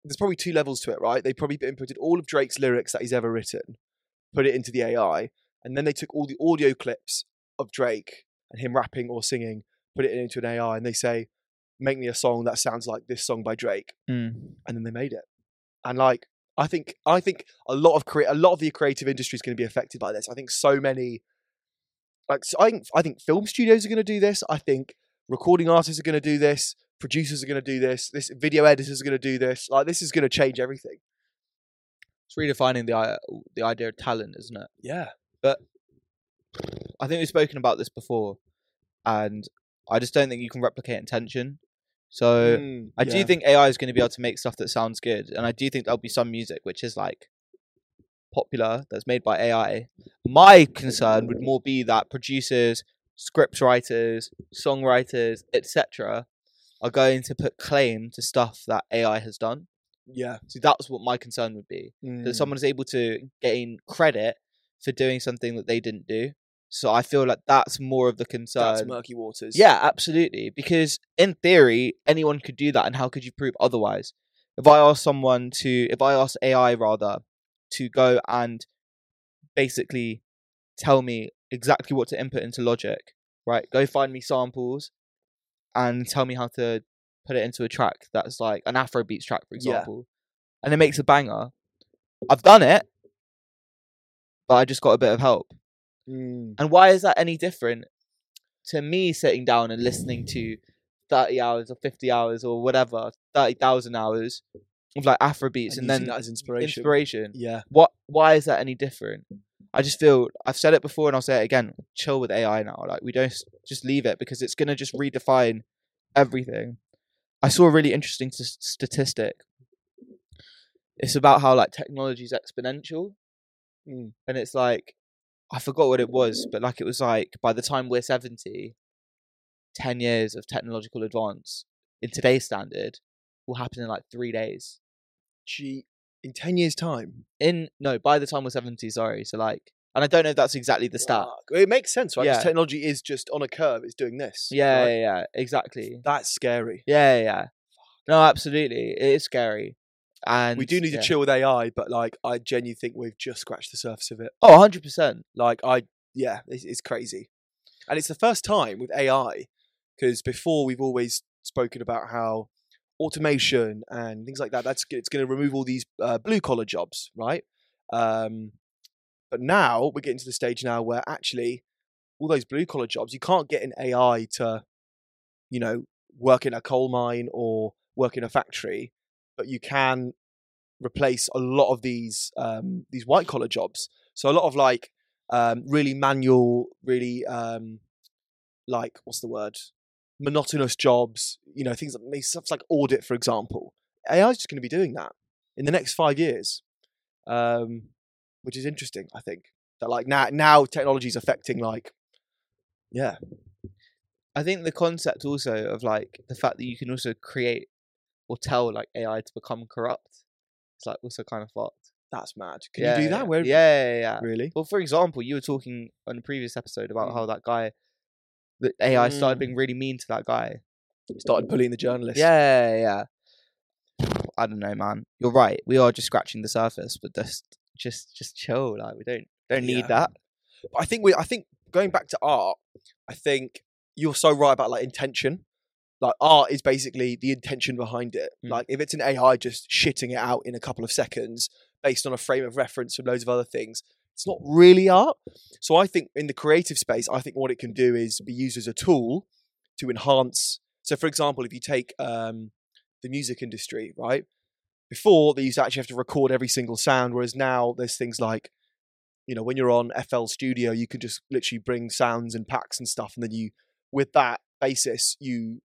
There's probably two levels to it, right? They probably inputted all of Drake's lyrics that he's ever written, put it into the AI, and then they took all the audio clips of Drake and him rapping or singing, put it into an AI, and they say, "Make me a song that sounds like this song by Drake." and then they made it. And like, I think, I think a lot of crea- a lot of the creative industry is going to be affected by this. I think so many, like, so I think I think film studios are going to do this. I think recording artists are going to do this. Producers are going to do this. This video editors are going to do this. Like, this is going to change everything. It's redefining the i- the idea of talent, isn't it? Yeah, I think we've spoken about this before, and I just don't think you can replicate intention. So Mm, I do think AI is going to be able to make stuff that sounds good, and I do think there'll be some music which is like popular that's made by AI. My concern would more be that producers, script writers, songwriters, etc., are going to put claim to stuff that AI has done. Yeah, So that's what my concern would be that Mm. someone is able to gain credit for doing something that they didn't do. So I feel like that's more of the concern. that's murky waters. Yeah, absolutely. Because in theory, anyone could do that, and how could you prove otherwise? If I ask someone to, if I ask AI rather, to go and basically tell me exactly what to input into Logic, right? Go find me samples and tell me how to put it into a track that's like an Afro beats track, for Yeah. example, and it makes a banger. I've done it, but I just got a bit of help. Mm. And why is that any different to me sitting down and listening to 30 hours or 50 hours or whatever, 30,000 hours of like Afro beats and, using then that as inspiration. inspiration. yeah, What? Why is that any different? I just feel I've said it before and I'll say it again. Chill with AI now. Like we don't just leave it because it's gonna just redefine everything. I saw a really interesting s- statistic. It's about how like technology is exponential, Mm. and it's like I forgot what it was, but like it was like by the time we're seventy, 10 years of technological advance in today's standard will happen in like three days gee, in ten years' time. in no by the time we're 70 sorry so like and i don't know if that's exactly the stat Fuck. It makes sense, right? 'Cause Yeah. technology is just on a curve. It's doing this. yeah right? yeah, yeah exactly that's scary. yeah yeah, yeah no absolutely it is scary and we do need yeah. to chill with AI, but like, I genuinely think we've just scratched the surface of it. oh 100% Like, I yeah, it's, it's crazy, and it's the first time with AI because before we've always spoken about how automation and things like that. That's g- it's going to remove all these uh, blue collar jobs, right? Um, but now we're getting to the stage now where actually all those blue collar jobs you can't get an AI to, you know, work in a coal mine or work in a factory, but you can replace a lot of these um, these white collar jobs. So a lot of like um, really manual, really um, like what's the word? Monotonous jobs. You know, things like maybe stuff like audit, for example. AI is just going to be doing that in the next five years, um, which is interesting. I think that like now now technology is affecting like yeah i think the concept also of like the fact that you can also create or tell like ai to become corrupt it's like also kind of fucked that's mad. Can yeah, you do that? yeah. Where yeah yeah, yeah. really? Well, for example, you were talking on a previous episode about Mm. how that guy, the AI started Mm. being really mean to that guy. Started bullying the journalist. Yeah, yeah, yeah. I don't know, man. You're right. We are just scratching the surface, but just, just, just chill. Like we don't, don't need Yeah. that. But I think we I think going back to art, I think you're so right about like intention. Like art is basically the intention behind it. Mm. Like if it's an AI just shitting it out in a couple of seconds based on a frame of reference from loads of other things, it's not really art. So I think in the creative space, I think what it can do is be used as a tool to enhance. So for example, if you take um, the music industry, right? Before they used to actually have to record every single sound, whereas now there's things like you know when you're on FL Studio, you can just literally bring sounds and packs and stuff, and then you with that basis you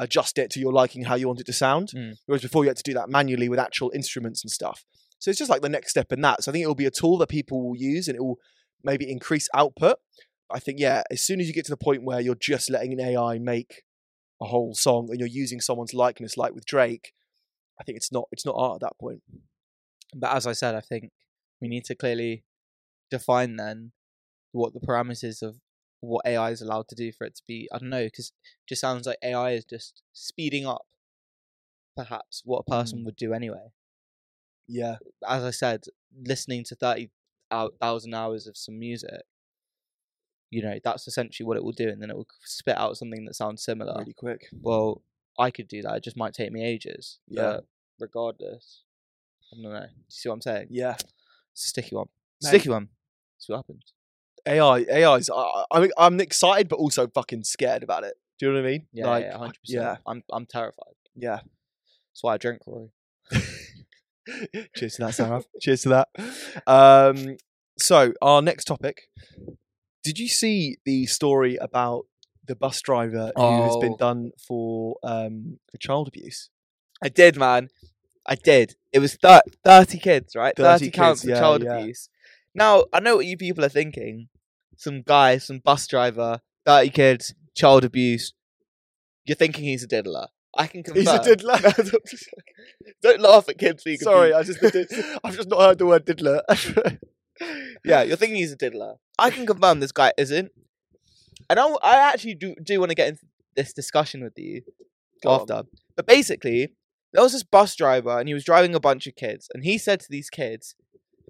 adjust it to your liking how you want it to sound. Mm. Whereas before you had to do that manually with actual instruments and stuff. So it's just like the next step in that. So I think it will be a tool that people will use, and it will maybe increase output. I think yeah, as soon as you get to the point where you're just letting an AI make a whole song and you're using someone's likeness, like with Drake, I think it's not it's not art at that point. But as I said, I think we need to clearly define then what the parameters of what AI is allowed to do for it to be. I don't know because it just sounds like AI is just speeding up, perhaps what a person would do anyway. Yeah, as I said, listening to thirty thousand hours of some music, you know, that's essentially what it will do, and then it will spit out something that sounds similar. really quick. Well, I could do that. It just might take me ages. Yeah. but regardless, I don't know. Do you see what I'm saying? Yeah. It's a sticky one. Mate. Sticky one. That's what happens. AI, AI's. I, I'm, I'm excited, but also fucking scared about it. Do you know what I mean? Yeah, Like, yeah, hundred yeah. percent. I'm, I'm terrified. Yeah. That's why I drink, Rory. Cheers to that, Sarah. Cheers to that. Um, so our next topic. Did you see the story about the bus driver who has been Oh. done for um, for child abuse? I did, man. I did. It was thir- 30 kids, right? 30, 30 counts kids, for yeah, child yeah. abuse. Now, I know what you people are thinking. Some guy, some bus driver, 30 kids, child abuse. You're thinking he's a diddler. I can confirm. He's a diddler. Don't laugh at kids being Sorry, abused. I just I've just not heard the word diddler. Yeah, you're thinking he's a diddler. I can confirm this guy isn't. And I, I actually do, do want to get into this discussion with you Go on. after. But basically, there was this bus driver and he was driving a bunch of kids. And he said to these kids,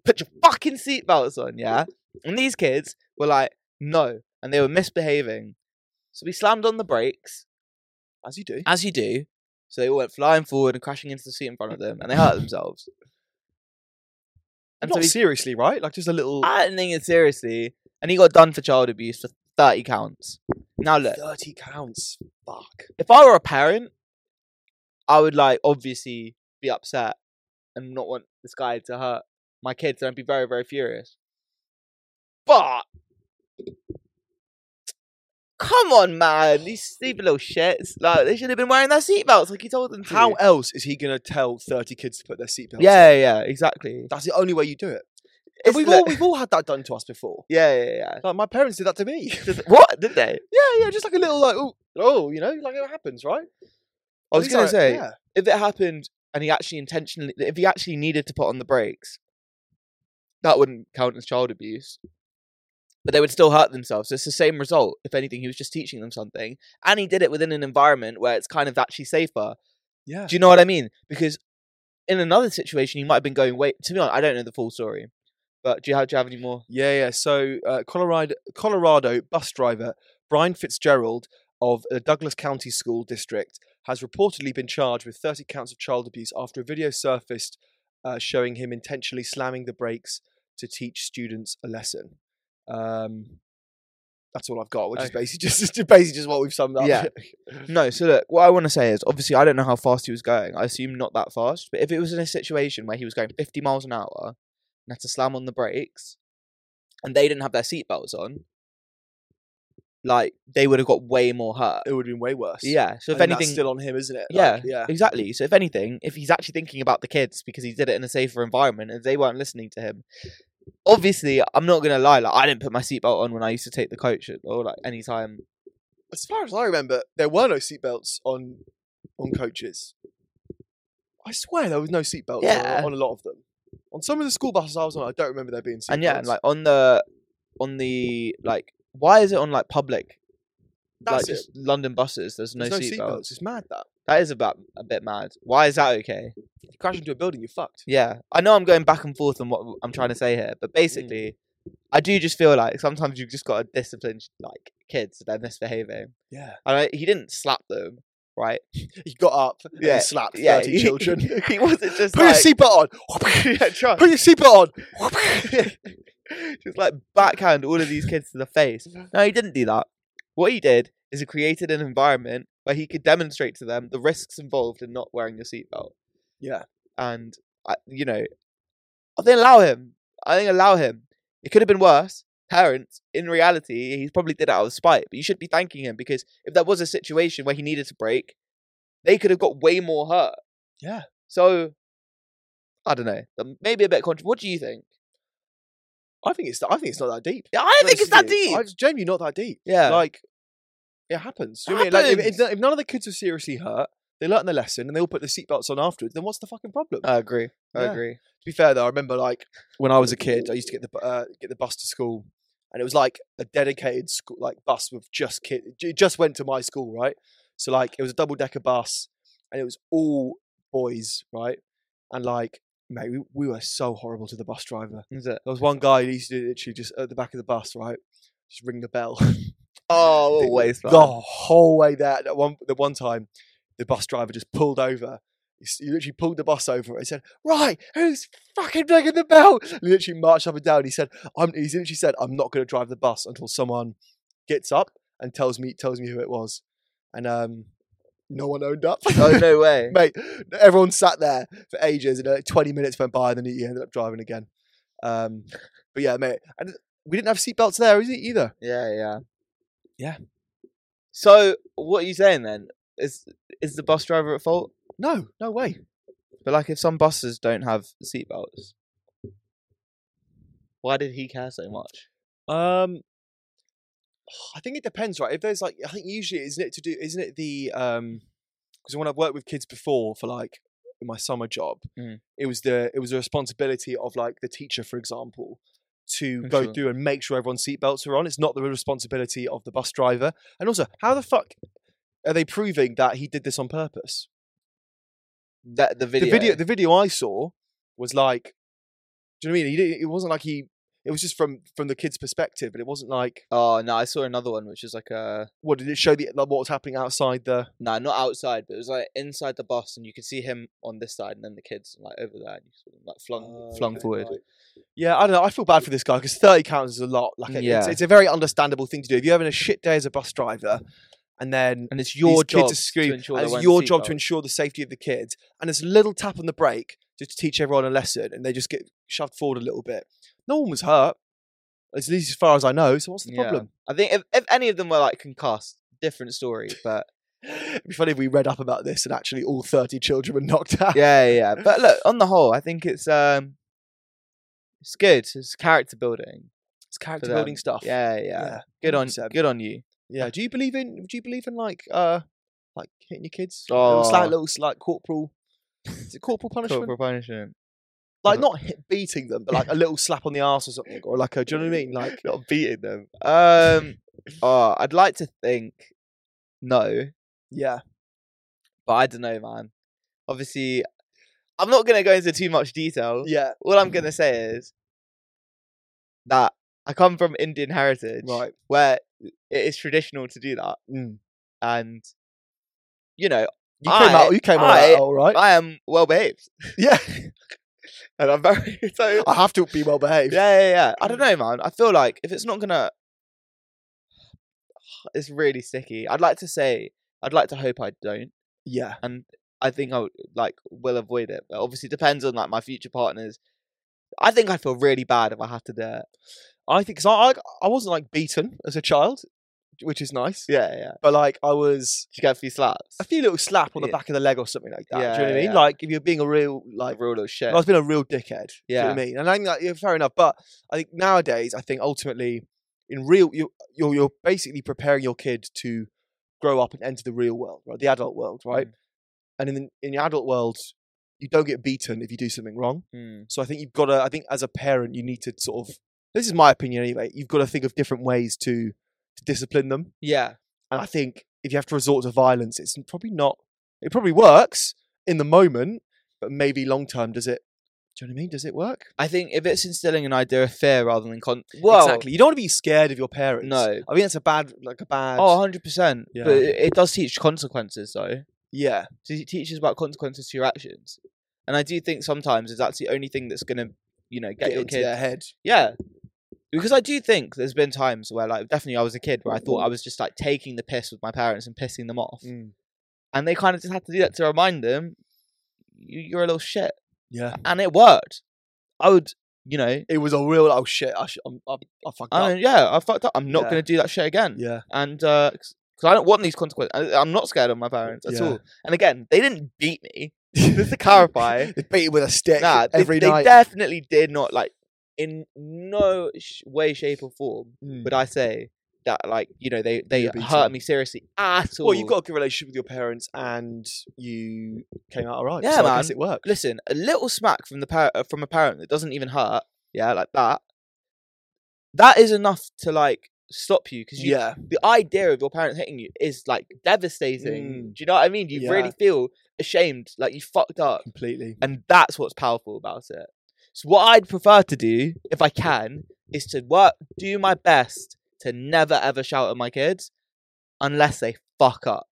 put your fucking seatbelts on, yeah? And these kids were like, no. And they were misbehaving. So we slammed on the brakes, As you do. as you do. So they all went flying forward and crashing into the seat in front of them and they hurt themselves. And And not so Ah, he seriously, right? Like just a little. I didn't think it seriously. And he got done for child abuse for 30 counts. Now, look, Thirty counts. Fuck. if I were a parent, I would, like, obviously be upset and not want this guy to hurt my kids, and I'd be very, very furious. But come on, man, these stupid little shits. Like they should have been wearing their seatbelts, like he told them to. How else is he going to tell 30 kids to put their seatbelts on? Yeah, yeah, exactly. That's the only way you do it. And It's we've, li- all, we've all had that done to us before. yeah, yeah, yeah. Like, my parents did that to me. Just- what did they? yeah, yeah, just like a little, like, oh, oh, you know, like it happens, right? I was These gonna are- say yeah. if it happened and he actually intentionally, if he actually needed to put on the brakes, that wouldn't count as child abuse. But they would still hurt themselves. So it's the same result. If anything, he was just teaching them something, and he did it within an environment where it's kind of actually safer. yeah. Do you know what I mean? Because in another situation, you might have been going. Wait, to be honest, I don't know the full story. But do you have, do you have any more? Yeah, yeah. So, uh, Colorado, Colorado bus driver Brian Fitzgerald of the Douglas County School District has reportedly been charged with 30 counts of child abuse after a video surfaced uh, showing him intentionally slamming the brakes to teach students a lesson. Um, that's all I've got, which is Okay. basically just just basically just what we've summed up. Yeah. No, so look, what I want to say is obviously I don't know how fast he was going. I assume not that fast. But if it was in a situation where he was going 50 miles an hour and had to slam on the brakes and they didn't have their seatbelts on, like they would have got way more hurt. it would have been way worse. Yeah. So if And that's anything, still on him, isn't it? Yeah. Like, yeah. exactly. So if anything, if he's actually thinking about the kids because he did it in a safer environment and they weren't listening to him, obviously I'm not gonna lie. Like I didn't put my seatbelt on when I used to take the coach at- or like any time. As far as I remember, there were no seatbelts on on coaches. I swear there was no seatbelts Yeah. on, on a lot of them. On some of the school buses I was on, I don't remember there being seatbelts. and yeah, and, like on the on the like why is it on like public like that's just London buses? There's it. no, There's no, seatbelts. seatbelts. It's mad that. That is about a bit mad. Why is that okay? If you crash into a building, you're fucked. Mm. Yeah, I know I'm going back and forth on what I'm trying to say here, but basically, I do just feel like sometimes you've just got to discipline like kids if they're misbehaving. Yeah. And I, he didn't slap them, right? He got up yeah. Yeah, and slapped yeah, 30 children. Put he wasn't just your like seatbelt on. yeah, try- Put your seatbelt on. just like backhand all of these kids to the face. No, he didn't do that. What he did is he created an environment where he could demonstrate to them the risks involved in not wearing your seatbelt. yeah. And, I, you know, I think allow him. I think allow him. It could have been worse. Parents, in reality, he probably did it out of spite, but you should be thanking him because if there was a situation where he needed to break, they could have got way more hurt. Yeah. So, I don't know. Maybe a bit contra What do you think? I think it's I think it's not that deep. Yeah, I No, think it's that seriously, deep. I- It's genuinely not that deep. yeah. Like, it happens. Do you know what I mean? Like, if- if, Happens. if none of the kids are seriously hurt, they learn their lesson and they all put their seatbelts on afterwards, then what's the fucking problem? I agree. I Yeah. agree. to be fair, though, I remember like when I was a kid, I used to get the bu- uh, get the bus to school, and it was like a dedicated school like bus with just kid. It just went to my school, right? So like it was a double decker bus, and it was all boys, right? And like, mate, we, we were so horrible to the bus driver. Is it? There was one guy who used to literally just at the back of the bus, right? Just ring the bell. Oh, the- always The whole way there. That one, the one time, the bus driver just pulled over. He s- He literally pulled the bus over and said, "Right, who's fucking ringing the bell?" And he literally marched up and down. He said, "I'm." He literally said, "I'm not going to drive the bus until someone gets up and tells me tells me who it was." And um, no one owned up. Oh no way. Mate, everyone sat there for ages, and uh, twenty minutes went by, and then he ended up driving again. Um, but yeah, mate, and we didn't have seatbelts there, is it either? Yeah, yeah, Yeah. So what are you saying then? Is is the bus driver at fault? No, no way. But like, if some buses don't have seatbelts, why did he care so much? Um, I think it depends, right? If there's like, I think usually isn't it to do, isn't it the um, because when I've worked with kids before for like my summer job, Mm. it was the it was the responsibility of like the teacher, for example, to Oh, go sure. through and make sure everyone's seatbelts are on. It's not the responsibility of the bus driver. And also, how the fuck are they proving that he did this on purpose? That the video. The video, the video I saw was like, do you know what I mean? He didn't, it wasn't like he. It was just from from the kid's perspective, but it wasn't like oh no, I saw another one which was like a what did it show the like, what was happening outside the nah, not outside, but it was like inside the bus, and you could see him on this side, and then the kids like over there, and you saw them, like flung flung forward. Yeah, I don't know. I feel bad for this guy because thirty counts is a lot. Like, it- it's, Yeah. it's a very understandable thing to do. If you're having a shit day as a bus driver, and then And it's your your kids job are screaming, ensure and they're it's wearing your job to seatbelts. ensure the safety of the kids, and it's a little tap on the brake just to teach everyone a lesson, and they just get shoved forward a little bit. No one was hurt, at least as far as I know. So what's the Yeah. problem? I think if, if any of them were like concussed, different story. But It'd be funny if we read up about this and actually all thirty children were knocked out. yeah, yeah. yeah. But look, on the whole, I think it's um, it's good. It's character building. it's character them. building stuff. Yeah, Oh, yeah. yeah, Good on, 100%. good on you. yeah. Do you believe in? Do you believe in like uh, like hitting your kids? little slight Oh. little like corporal. Is it corporal punishment? Corporal punishment. Like not hit, beating them, but like a little slap on the ass or something, or like a. Do you know what I mean? Like not beating them. Um, oh, I'd like to think no, yeah, but I don't know, man. Obviously, I'm not gonna go into too much detail. yeah, All I'm gonna say is that I come from Indian heritage, right. where it is traditional to do that, Mm. and you know, You came I- out. You came out of I- that all right. I am well behaved, yeah, and I'm very so. I have to be well behaved. Yeah, yeah, yeah. I don't know, man. I feel like if it's not gonna, it's really sticky. I'd like to say, I'd like to hope I don't. Yeah, I think I would, like will avoid it, but obviously it depends on like my future partners. I think I'd feel really bad if I had to do it. I think because I, I I wasn't like beaten as a child, which is nice. Yeah, yeah. But like I was Did you get a few slaps? a few little slap on the Yeah. back of the leg or something like that. do you know Yeah, what I mean? yeah. Like if you're being a real like Like real little shit. And I've been a real dickhead. Yeah. Do you know what Yeah. I mean? And I think that, yeah, fair enough. But I think nowadays, I think ultimately, in real, you're, you're, you're basically preparing your kid to grow up and enter the real world, right? The adult world, right? Mm. And in, in the adult world, you don't get beaten if you do something wrong. Mm. So I think you've got to, I think as a parent, you need to sort of, this is my opinion anyway, you've got to think of different ways to, to discipline them. Yeah, And I think if you have to resort to violence, it's probably not. It probably works in the moment, but maybe long term, does it? Do you know what I mean? Does it work? I think if it's instilling an idea of fear rather than con, well, exactly. You don't want to be scared of your parents. No. I think that's a bad, like a bad. oh, 100 percent. Yeah. But it, it does teach consequences, though. yeah, It teaches about consequences to your actions, and I do think sometimes if that's the only thing that's gonna, you know, get, get your into kid their head. Yeah. Because I do think there's been times where, like, definitely I was a kid where I thought I was just like taking the piss with my parents and pissing them off. Mm. And they kind of just had to do that to remind them, "You- you're a little shit. Yeah, And it worked. I would, you know, it was a real. Oh shit! I, sh- I'm, I, I fucked I up. don't- yeah, I fucked up. I'm not Yeah. going to do that shit again. Yeah, And, uh, because I don't want these consequences. I, I'm not scared of my parents at Yeah. all. And again, they didn't beat me. Just to clarify, they beat him with a stick nah, they, every they night. definitely did not, like, in no sh- way, shape, or form Mm. would I say that like you know they they You're beaten. hurt me seriously at all? well, you've got a good relationship with your parents, and you came out alright. Yeah, so I guess man. it worked. listen a little smack from the par- uh, from a parent that doesn't even hurt. Yeah, like that. That is enough to like stop you because Yeah, the idea of your parents hitting you is like devastating. Mm. Do you know what I mean? You Yeah. really feel ashamed, like you fucked up, completely. and that's what's powerful about it. So what I'd prefer to do, if I can, is to work, do my best to never ever shout at my kids, unless they fuck up.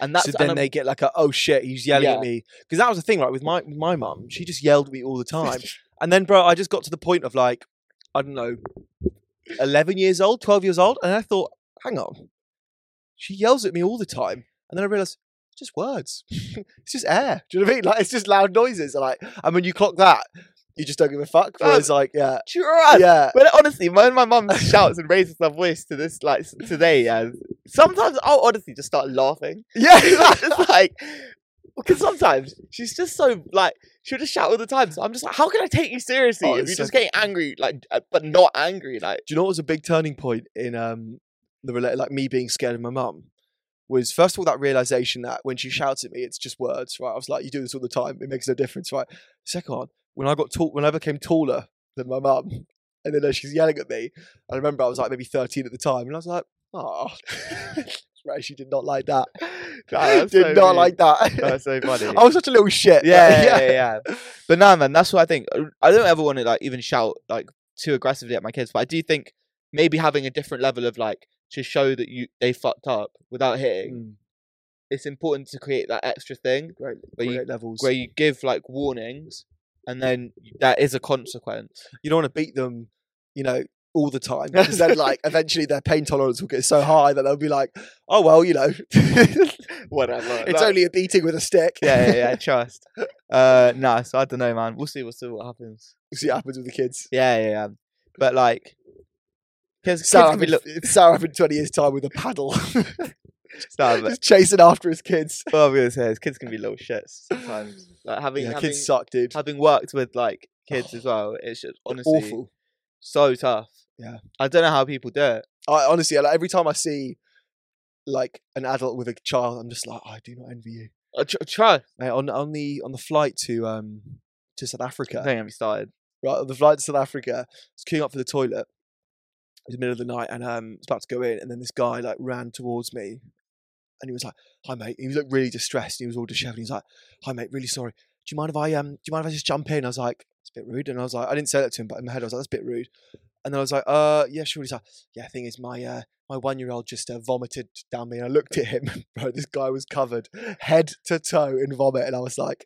And that's so and then I'm- they get like a oh shit he's yelling Yeah. at me because that was the thing right with my with my mum she just yelled at me all the time and then bro I just got to the point of like I don't know eleven years old twelve years old and I thought hang on she yells at me all the time and then I realized it's just words it's just air do you know what I mean like it's just loud noises and like and when you clock that you just don't give a fuck Bro. whereas like yeah Trust. yeah But honestly, when my mum shouts and raises her voice to this, like s- today, yeah, sometimes I'll honestly just start laughing. yeah it's like, because sometimes she's just so like she'll just shout all the time. So I'm just like, how can I take you seriously Oh, if it's you're so- just getting angry, like, uh, but not angry, like, do you know what was a big turning point in um the rela- like me being scared of my mum was first of all that realization that when she shouts at me it's just words right i was like you do this all the time it makes no difference right second one when i got tall when i became taller than my mum and then uh, she's yelling at me i remember i was like maybe 13 at the time and i was like oh right she did not like that that's did so not mean. like Oh, that that's so funny. i was such a little shit yeah, yeah, yeah, yeah. But no, man, that's what I think. Uh, I- I don't ever want to like even shout like too aggressively at my kids, but I do think maybe having a different level of like to show that you they fucked up without hitting. Mm, It's important to create that extra thing great Where you- great levels where you give like warnings, and then that is a consequence. you don't want to beat them, you know, all the time because then like eventually their pain tolerance will get so high that they'll be like, oh well, you know, it's Whatever. like- only a beating with a stick. yeah, yeah, yeah, trust. Uh, no, so I don't know, man. We'll see. We'll see what happens. See what happens with the kids. Yeah, yeah, yeah. But like, kids, kids Sarah can be having, look. Sarah having twenty years time with a paddle, Nah, but just chasing after his kids. what I'm gonna say is, kids can be little shits sometimes. Like having Yeah, having, kids suck, dude. having worked with like kids as well, it's just honestly Awful. so tough. Yeah. I don't know how people do it. I honestly, like, every time I see like an adult with a child, I'm just like, I do not envy you. I tr- try. Mate, on on the on the flight to um to South Africa, Don't get me started. right? On the flight to South Africa, I was queuing up for the toilet. It was the middle of the night, and um, I was about to go in, and then this guy like ran towards me, and he was like, "Hi, mate." He was like really distressed, and he was all dishevelled. He was like, "Hi, mate. Really sorry. Do you mind if I um? Do you mind if I just jump in?" I was like, "It's a bit rude," and I was like, I didn't say that to him, but in my head I was like, "That's a bit rude." And then I was like, "Uh, yeah, sure." He's like, "Yeah, thing is, my uh." My one-year-old just uh, vomited down me, and I looked at him. Bro, this guy was covered head to toe in vomit, and I was like,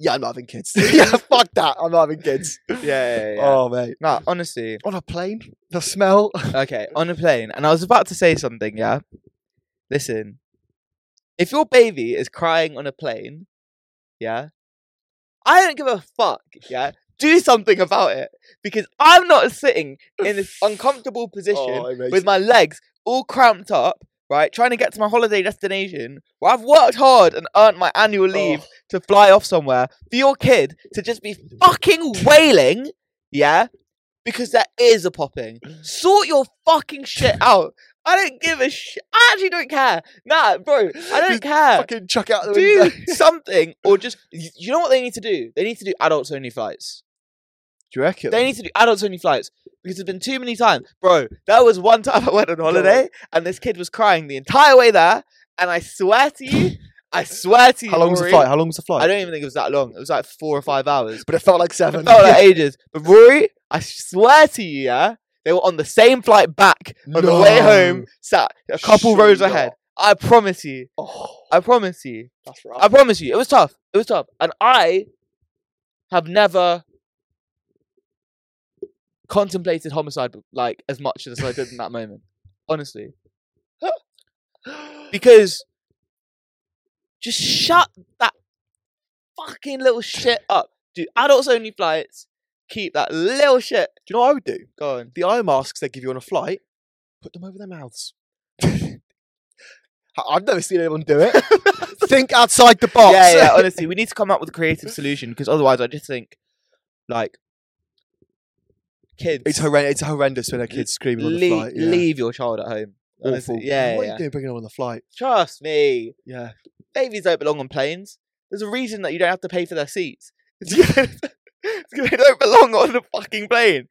"Yeah, I'm not having kids. yeah, fuck that. I'm not having kids." Yeah, yeah, yeah. Oh, mate. No, honestly, On a plane, the smell. okay, on a plane, and I was about to say something, yeah. Listen, if your baby is crying on a plane, yeah, I don't give a fuck, yeah. Do something about it because I'm not sitting in this uncomfortable position Oh, with my legs all cramped up, right, trying to get to my holiday destination where I've worked hard and earned my annual Oh. leave to fly off somewhere for your kid to just be fucking wailing, yeah, because their ears are popping. Sort your fucking shit out. I don't give a shit. I actually don't care. Nah, bro, I don't Just care. fucking chuck out the Do window. something or just, y- you know what they need to do? They need to do adults only flights. Do you reckon? They need to do adults only flights because there's been too many times, bro. There was one time I went on holiday and this kid was crying the entire way there, and I swear to you, I swear to you, How long was the Rory, flight? How long was the I flight? don't even think it was that long. It was like four or five hours. But it felt like It seven. felt like ages. But Rory, I swear to you, yeah, they were on the same flight back on the way home, No. sat a couple Surely rows ahead. I promise you. Oh, I promise you. that's I right. promise you, it was tough. It was tough, and I have never contemplated homicide like as much as I did in that moment. Honestly, because just shut that fucking little shit up. Do adults only flights? Keep that little shit Do you know what I would do? going. The eye masks they give you on a flight, put them over their mouths. I- I've never seen anyone do it. Think outside the box. Yeah, yeah. Honestly, we need to come up with a creative solution because otherwise, I just think like kids. It's, horrend- it's horrendous when a kid's screaming on the leave, flight. Yeah. leave your child at home. Awful. Honestly, Yeah, What are yeah. you doing bringing them on the flight? Trust me. Yeah. Babies don't belong on planes. There's a reason that you don't have to pay for their seats. It's because it's 'cause they don't belong on the fucking plane.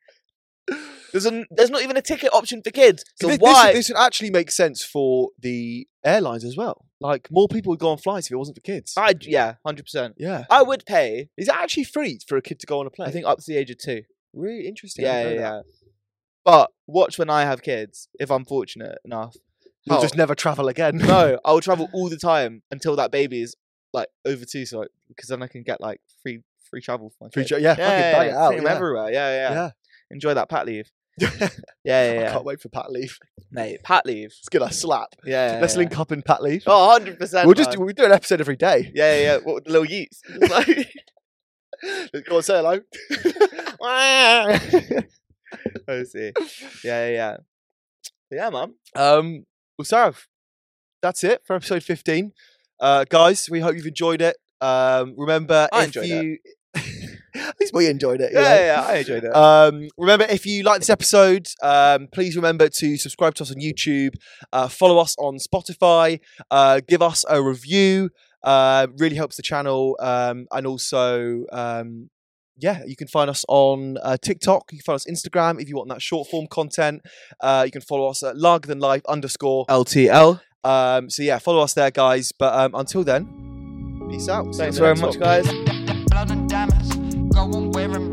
There's an, there's not even a ticket option for kids. So Thi- this, why? This, would actually make sense for the airlines as well. Like more people would go on flights if it wasn't for kids. I, yeah, hundred percent. yeah. I would pay. Is it actually free for a kid to go on a plane? I think up to the age of two. really interesting. I Yeah, yeah, didn't know that. yeah. But watch when I have kids, if I'm fortunate enough. You'll How- just never travel again. no, I will travel all the time until that baby is like over two, so because then I can get like free free travel for my Free kid. tra- yeah, fucking bang it out. Take 'em yeah. everywhere. Yeah, yeah, yeah, Yeah. Enjoy that pat leave. Yeah, yeah, I yeah. can't wait for Pat Leaf. mate. Pat leave. Let's get a slap. Yeah, Let's yeah, link up in Pat Leaf. Yeah. Oh, 100 percent. we'll uh, just do, we do an episode every day. Yeah, yeah, yeah. What with the little yeets? Just like- Let's go and say hello. I see. Yeah, yeah, yeah. But yeah, man. Um, well, Sarah, that's it for episode 15. Uh, guys, we hope you've enjoyed it. Um, remember, I if enjoyed it. you. At least we enjoyed it. you Yeah, know? yeah, yeah, I enjoyed it. Um, remember, if you like this episode, um, please remember to subscribe to us on YouTube, uh, follow us on Spotify, uh, give us a review. Uh, really helps the channel. Um, and also, um, yeah, you can find us on uh, TikTok. You can find us Instagram if you want that short form content. Uh, you can follow us at larger than life underscore. Oh. LTL. Um, so yeah, follow us there, guys. But um, until then, peace out. See you on Thanks the very next much, one. guys. blood and diamonds. Go and wear 'em